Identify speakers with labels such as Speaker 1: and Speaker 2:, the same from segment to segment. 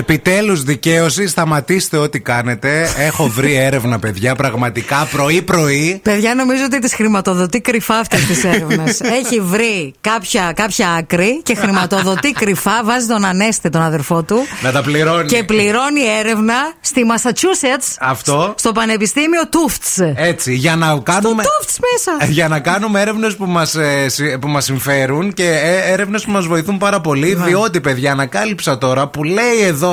Speaker 1: Επιτέλους δικαίωση, σταματήστε ό,τι κάνετε. Έχω βρει έρευνα, παιδιά, πραγματικά πρωί-πρωί.
Speaker 2: Παιδιά, νομίζω ότι τις χρηματοδοτεί κρυφά αυτές τις έρευνες. Έχει βρει κάποια, κάποια άκρη και χρηματοδοτεί κρυφά, βάζει τον Ανέστη, τον αδερφό του.
Speaker 1: Να τα πληρώνει.
Speaker 2: Και πληρώνει έρευνα στη Massachusetts.
Speaker 1: Αυτό.
Speaker 2: Στο Πανεπιστήμιο Τούφτς
Speaker 1: Έτσι, για να κάνουμε.
Speaker 2: Στο Τούφτς μέσα.
Speaker 1: Ε, Για να κάνουμε έρευνες που μας που μας συμφέρουν και έρευνες που μας βοηθούν πάρα πολύ. Yeah. Διότι, παιδιά, ανακάλυψα τώρα που λέει εδώ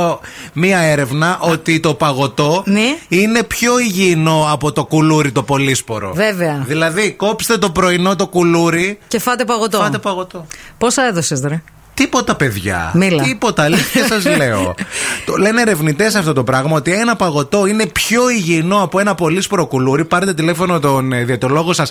Speaker 1: μία έρευνα ότι το παγωτό
Speaker 2: ναι.
Speaker 1: είναι πιο υγιεινό από το κουλούρι το πολύσπορο.
Speaker 2: Βέβαια.
Speaker 1: Δηλαδή, κόψτε το πρωινό το κουλούρι.
Speaker 2: Και φάτε παγωτό.
Speaker 1: Φάτε παγωτό.
Speaker 2: Πόσα έδωσες, ρε.
Speaker 1: Τίποτα, παιδιά.
Speaker 2: Μίλα.
Speaker 1: Τίποτα, αλήθεια σας λέω. το λένε ερευνητές αυτό το πράγμα ότι ένα παγωτό είναι πιο υγιεινό από ένα πολύ σπροκουλούρι. Πάρετε τηλέφωνο τον ε, διαιτολόγο σα.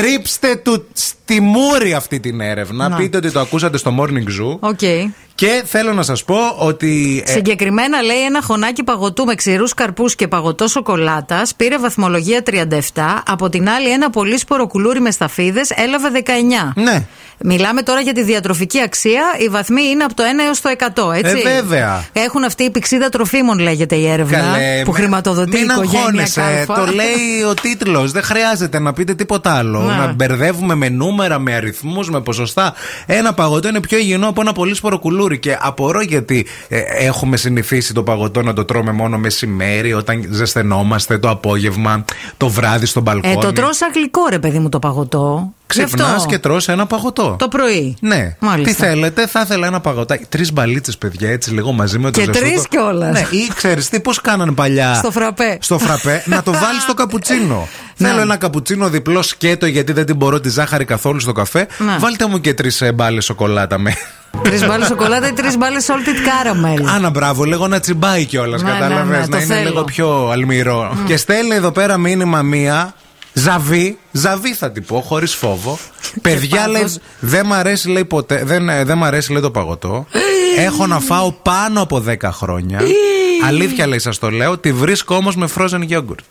Speaker 1: Τρίψτε του στη μούρη αυτή την έρευνα.
Speaker 2: Να.
Speaker 1: Πείτε ότι το ακούσατε στο Morning Zoo.
Speaker 2: Okay.
Speaker 1: Και θέλω να σας πω ότι.
Speaker 2: Ε, Συγκεκριμένα λέει ένα χωνάκι παγωτού με ξηρούς καρπούς και παγωτό σοκολάτας πήρε βαθμολογία 37. Από την άλλη, ένα πολύ σποροκουλούρι με σταφίδες έλαβε 19.
Speaker 1: Ναι.
Speaker 2: Μιλάμε τώρα για τη διατροφική αξία. Οι βαθμοί είναι από το 1 έως το 100, έτσι.
Speaker 1: Ε, βέβαια.
Speaker 2: Έχουν αυτή η πηξίδα τροφίμων, λέγεται η έρευνα.
Speaker 1: Καλέ,
Speaker 2: που
Speaker 1: με-
Speaker 2: χρηματοδοτεί η
Speaker 1: μην
Speaker 2: οικογένεια.
Speaker 1: αγχώνεσαι.
Speaker 2: Κάλφα.
Speaker 1: Το λέει ο τίτλος. Δεν χρειάζεται να πείτε τίποτα άλλο.
Speaker 2: Ναι.
Speaker 1: Να μπερδεύουμε με νούμερα, με αριθμούς, με ποσοστά. Ένα παγωτό είναι πιο υγιεινό από ένα πολύ σπορο κουλούρι. Και απορώ γιατί ε, έχουμε συνηθίσει το παγωτό να το τρώμε μόνο μεσημέρι, όταν ζεσθενόμαστε, το απόγευμα, το βράδυ στον μπαλκόνι.
Speaker 2: Ε, το τρώω σαν γλυκό, ρε παιδί μου, το παγωτό. Γι' αυτό.
Speaker 1: Ξυπνά Λοιπόν. και τρως ένα παγωτό.
Speaker 2: Το πρωί.
Speaker 1: Ναι.
Speaker 2: Μάλιστα.
Speaker 1: Τι θέλετε, θα ήθελα ένα παγωτάκι. Τρεις μπαλίτσες, παιδιά, έτσι λίγο μαζί με το
Speaker 2: Και
Speaker 1: ζεστό.
Speaker 2: τρεις
Speaker 1: το-
Speaker 2: κιόλας.
Speaker 1: Ναι, ή ξέρεις τι, πώς κάνανε παλιά.
Speaker 2: Στο φραπέ.
Speaker 1: Στο φραπέ, να το βάλεις στο καπουτσίνο.
Speaker 2: Ναι.
Speaker 1: Θέλω ένα καπουτσίνο διπλό σκέτο, γιατί δεν την μπορώ τη ζάχαρη καθόλου στο καφέ.
Speaker 2: Ναι.
Speaker 1: Βάλτε μου και τρεις μπάλες σοκολάτα με.
Speaker 2: Τρεις μπάλες σοκολάτα ή τρεις μπάλες salted caramel.
Speaker 1: Άνα μπράβο, λέγω να τσιμπάει κιόλας.
Speaker 2: Ναι, ναι,
Speaker 1: Κατάλαβες
Speaker 2: ναι, το
Speaker 1: να είναι
Speaker 2: θέλω.
Speaker 1: λίγο πιο αλμυρό. Και στέλνει εδώ πέρα μήνυμα μία. Ζαβή, ζαβή θα την πω, χωρίς φόβο. Παιδιά λέει,
Speaker 2: πάθος.
Speaker 1: δεν μ' αρέσει, λέει, ποτέ, δεν, ε, δεν μ' αρέσει λέει, το παγωτό. Έχω να φάω πάνω από 10 χρόνια. Αλήθεια λέει, σας το λέω, τη βρίσκω όμως με frozen yogurt.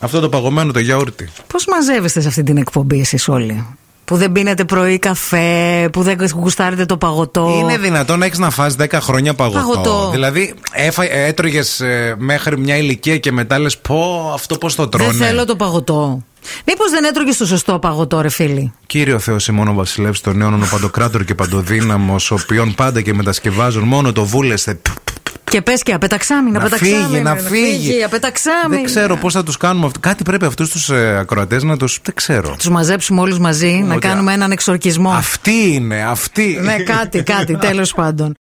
Speaker 1: Αυτό το παγωμένο το γιαούρτι.
Speaker 2: Πώς μαζεύεστε σε αυτή την εκπομπή εσείς όλοι. Που δεν πίνετε πρωί καφέ, που δεν γουστάρετε το παγωτό.
Speaker 1: Είναι δυνατόν να έχεις να φας 10 χρόνια παγωτό.
Speaker 2: Παγωτό.
Speaker 1: Δηλαδή, έτρωγε μέχρι μια ηλικία και μετά λες, πω αυτό πώς το τρώνε.
Speaker 2: δεν θέλω το παγωτό. Μήπως δεν έτρωγε το σωστό παγωτό, ρε φίλοι.
Speaker 1: Κύριο Θεό ημών ο βασιλεύς των αιώνων, ο παντοκράτορ και παντοδύναμος, ο οποίον πάντα και μετασκευάζουν, μόνο το βούλεστε.
Speaker 2: Και πες και απεταξάμινα,
Speaker 1: Να
Speaker 2: απεταξάμινα.
Speaker 1: φύγει, να φύγει.
Speaker 2: απεταξάμινα.
Speaker 1: Δεν ξέρω πώς θα τους κάνουμε αυτό. Κάτι πρέπει αυτούς τους ε, ακροατές να τους... Δεν ξέρω.
Speaker 2: Τους μαζέψουμε όλους μαζί, να
Speaker 1: Ότι α-
Speaker 2: κάνουμε έναν εξορκισμό.
Speaker 1: Αυτοί είναι, αυτοί.
Speaker 2: Ναι, κάτι, κάτι, τέλος πάντων.